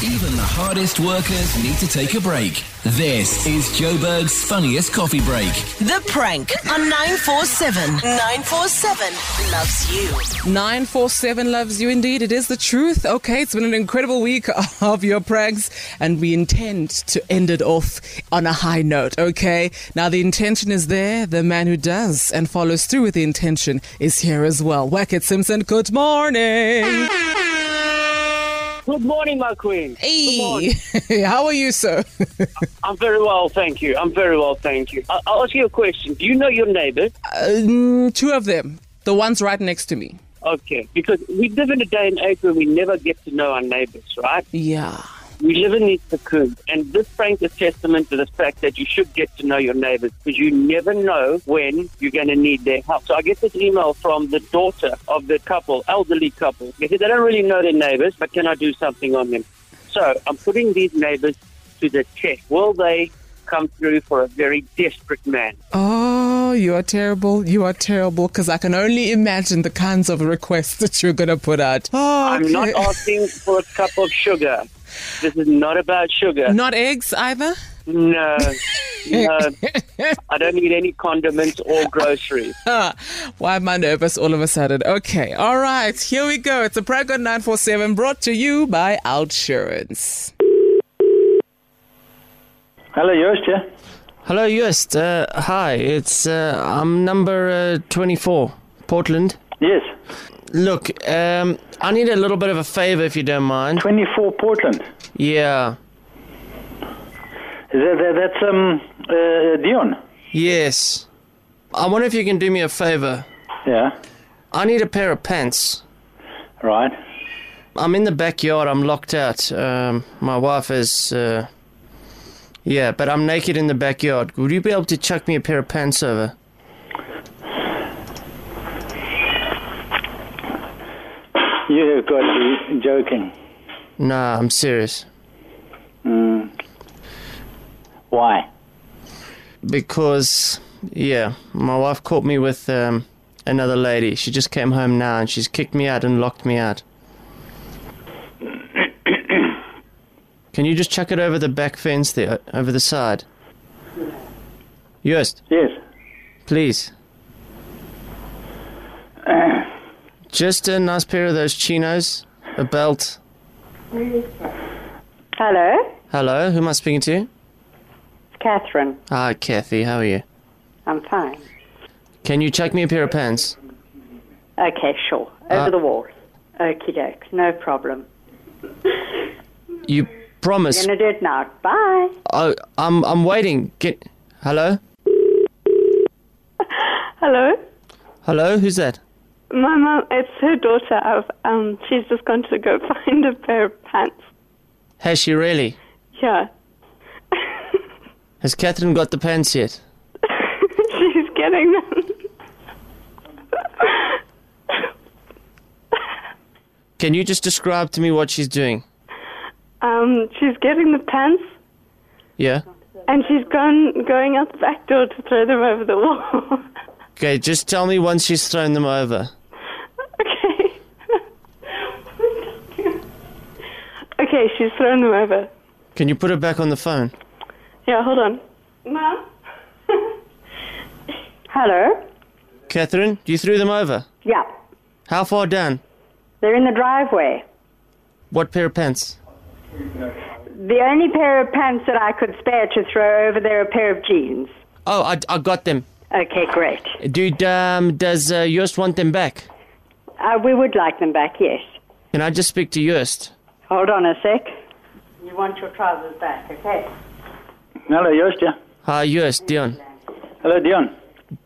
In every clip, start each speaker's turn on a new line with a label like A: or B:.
A: Even the hardest workers need to take a break. This is Joburg's funniest coffee break.
B: The prank on 947. 947 loves you.
C: 947 loves you indeed. It is the truth. Okay, it's been an incredible week of your pranks, and we intend to end it off on a high note. Okay, now the intention is there. The man who does and follows through with the intention is here as well. Wackett Simpson, good morning.
D: Good morning, my queen.
C: Hey, how are you, sir?
D: I'm very well, thank you. I'm very well, thank you. I- I'll ask you a question. Do you know your neighbor?
C: Um, two of them, the ones right next to me.
D: Okay, because we live in a day and age where we never get to know our neighbors, right?
C: Yeah.
D: We live in these cocoons, and this prank is testament to the fact that you should get to know your neighbors because you never know when you're going to need their help. So I get this email from the daughter of the couple, elderly couple. They said they don't really know their neighbors, but can I do something on them? So I'm putting these neighbors to the test. Will they come through for a very desperate man?
C: Oh, you are terrible. You are terrible because I can only imagine the kinds of requests that you're going to put out. Oh,
D: I'm not
C: okay.
D: asking for a cup of sugar. This is not about sugar.
C: Not eggs either?
D: No. No. I don't need any condiments or groceries.
C: Ah, why am I nervous all of a sudden? Okay, all right, here we go. It's a prank on 947 brought to you by Outsurance.
E: Hello, Joost, yeah?
F: Hello, Joost. Uh, hi, it's uh, I'm number uh, 24, Portland.
E: Yes,
F: Look, um, I need a little bit of a favor if you don't mind.
E: 24 Portland. Is
F: Yeah.
E: that, that, that's um, uh, Dion?
F: Yes. I wonder if you can do me a favor.
E: Yeah,
F: I need a pair of pants.
E: right.
F: I'm in the backyard. I'm locked out. Um, my wife is. Uh, yeah, but I'm naked in the backyard. Would you be able to chuck me a pair of pants over?
E: You have got to be joking.
F: Nah, I'm serious.
E: Why?
F: because yeah, my wife caught me with um, another lady. She just came home now and she's kicked me out and locked me out. Can you just chuck it over the back fence there, o- over the side? Yes,
E: Yes.
F: please. Just a nice pair of those chinos, a belt.
G: Hello,
F: Hello, who am I speaking to?
G: it's Catherine.
F: Hi, Kathy, how are you?
G: I'm fine.
F: Can you chuck me a pair of pants?
G: Okay, sure. Over
F: Uh,
G: the wall. Okie doke, no problem.
F: You promise.
G: Gonna do it now. Bye.
F: Oh, I'm I'm waiting. Get hello,
H: Hello,
F: hello. Who's that?
H: my mum. It's her daughter. I've, um, she's just gone to go find a pair of pants.
F: Has she really?
H: Yeah,
F: Has Catherine got the pants yet?
H: she's getting them.
F: Can you just describe to me what she's doing?
H: Um, she's getting the pants,
F: Yeah.
H: and she's gone going out the back door to throw them over the wall.
F: Okay, just tell me once she's thrown them over.
H: okay. okay, she's thrown them over.
F: Can you put her back on the phone?
H: Yeah, hold on. Mum.
G: Hello.
F: Catherine, you threw them over.
G: Yeah,
F: How far down?
G: they're in the driveway.
F: What pair of pants?
G: The only pair of pants that I could spare to throw over there are a pair of jeans.
F: Oh, I, I got them.
G: Okay, great.
F: Dude, um, does uh, Joost want them back?
G: Uh, we would like them back, yes.
F: Can I just speak to Joost?
G: Hold on a sec. You want your trousers back, okay?
E: Hello, Joost, yeah?
F: Hi, Joost, Dion.
E: Hello, Dion.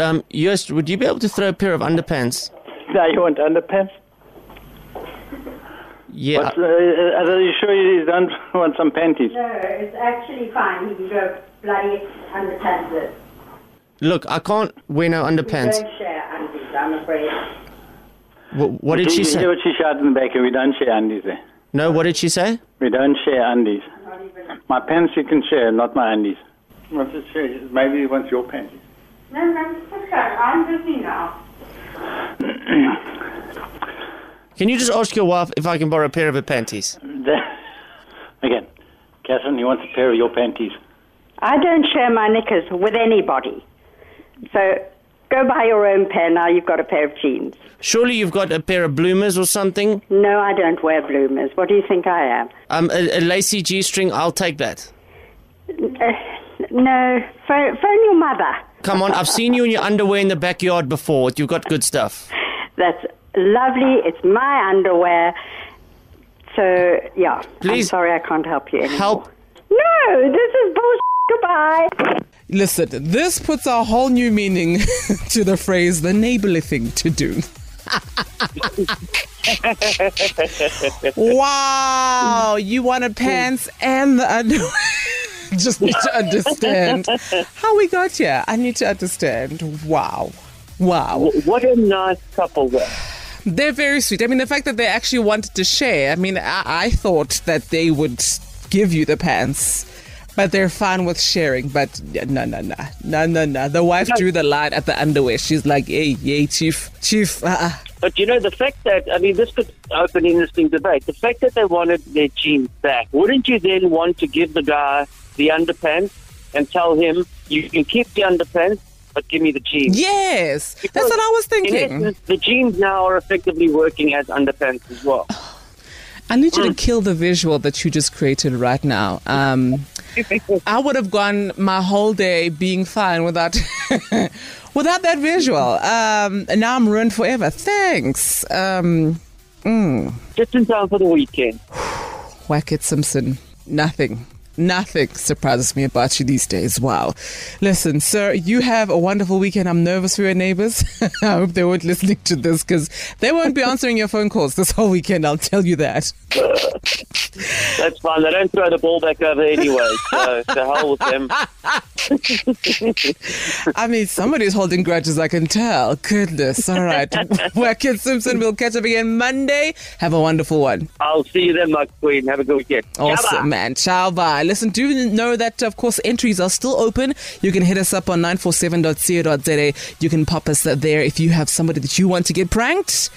F: Um, Joost, would you be able to throw a pair of underpants?
E: Now you want underpants?
F: Yeah.
E: What's, uh, uh, are you sure you don't want some panties?
G: No, it's actually fine. You can go bloody underpants.
F: Look, I can't wear no underpants.
G: share undies, I'm afraid.
F: Wh- what did she
E: you
F: say?
E: hear what she shouted in the back? We don't share undies there.
F: No, what did she say?
E: We don't share undies.
G: Not even
E: My pants you can share, not my undies. Wants to share? Maybe he wants your panties.
G: No, no, okay. I'm busy now.
F: Can you just ask your wife if I can borrow a pair of her panties?
E: That- Again, Catherine, he wants a pair of your panties.
G: I don't share my knickers with anybody. So go buy your own pair now. You've got a pair of jeans.
F: Surely you've got a pair of bloomers or something?
G: No, I don't wear bloomers. What do you think I am?
F: Um, a, a lacy G string, I'll take that.
G: Uh, no, phone, phone your mother.
F: Come on, I've seen you in your underwear in the backyard before. You've got good stuff.
G: That's lovely. It's my underwear. So, yeah.
F: Please-
G: I'm sorry I can't help you anymore.
F: Help.
G: No, this is bullshit. Goodbye.
C: Listen, this puts a whole new meaning to the phrase the neighborly thing to do. wow, you want a pants and the underwear. Just need to understand how we got here. I need to understand. Wow. Wow.
D: What a nice couple, though.
C: They're very sweet. I mean, the fact that they actually wanted to share, I mean, I, I thought that they would give you the pants, but they're fine with sharing. But yeah, no, no, no, no, no, no. The wife drew the line at the underwear. She's like, hey, yay, chief, chief. Uh-uh.
D: But you know, the fact that, I mean, this could open interesting debate. The fact that they wanted their jeans back, wouldn't you then want to give the guy the underpants and tell him, you can keep the underpants, but give me the jeans?
C: Yes, that's what I was
D: In
C: thinking.
D: essence, Mm. the jeans now are effectively working as underpants as well.
C: I need you to kill the visual that you just created right now. Um, I would have gone my whole day being fine without without that visual. Um, and now I'm ruined forever. Thanks. Um,
D: Just in time for the weekend.
C: Wackett Simpson. Nothing. Nothing surprises me about you these days. Wow. Listen, sir, you have a wonderful weekend. I'm nervous for your neighbors. I hope they weren't listening to this because they won't be answering your phone calls this whole weekend. I'll tell you that.
D: That's fine. They don't throw the ball back over anyway, so the hell with them.
C: I mean, somebody's holding grudges, I can tell. Goodness. All right. Wackett Simpson, we'll catch up again Monday. Have a wonderful one.
D: I'll see you then, my queen. Have a good weekend.
C: Awesome,
D: Ciao.
C: man. Ciao, bye. Listen, do know that, of course, entries are still open. You can hit us up on 947.co.za. You can pop us there if you have somebody that you want to get pranked.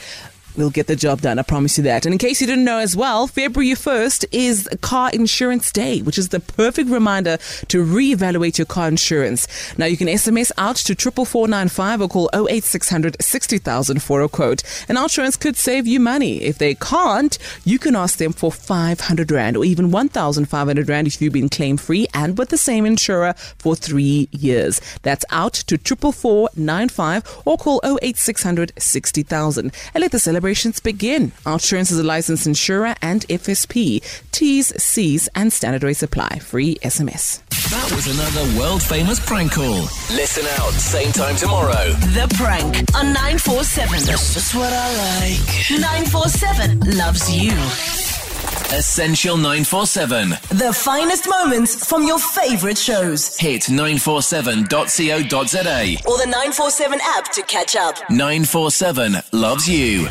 C: We'll get the job done, I promise you that. And in case you didn't know as well, February 1st is Car Insurance Day, which is the perfect reminder to reevaluate your car insurance. Now, you can SMS out to 44495 or call 08600 60000 for a quote. And our insurance could save you money. If they can't, you can ask them for 500 Rand or even 1,500 Rand if you've been claim free and with the same insurer for three years. That's out to 44495 or call 08600 60000. And let the celebrations begin. Our insurance is a licensed insurer and FSP. T's, C's, and standard rates apply. Free SMS.
A: That was another world famous prank call. Listen out, same time tomorrow.
B: The prank on 947. That's just what I like. 947 loves you.
A: Essential 947.
B: The finest moments from your favorite shows.
A: Hit 947.co.za.
B: Or the 947 app to catch up.
A: 947 loves you.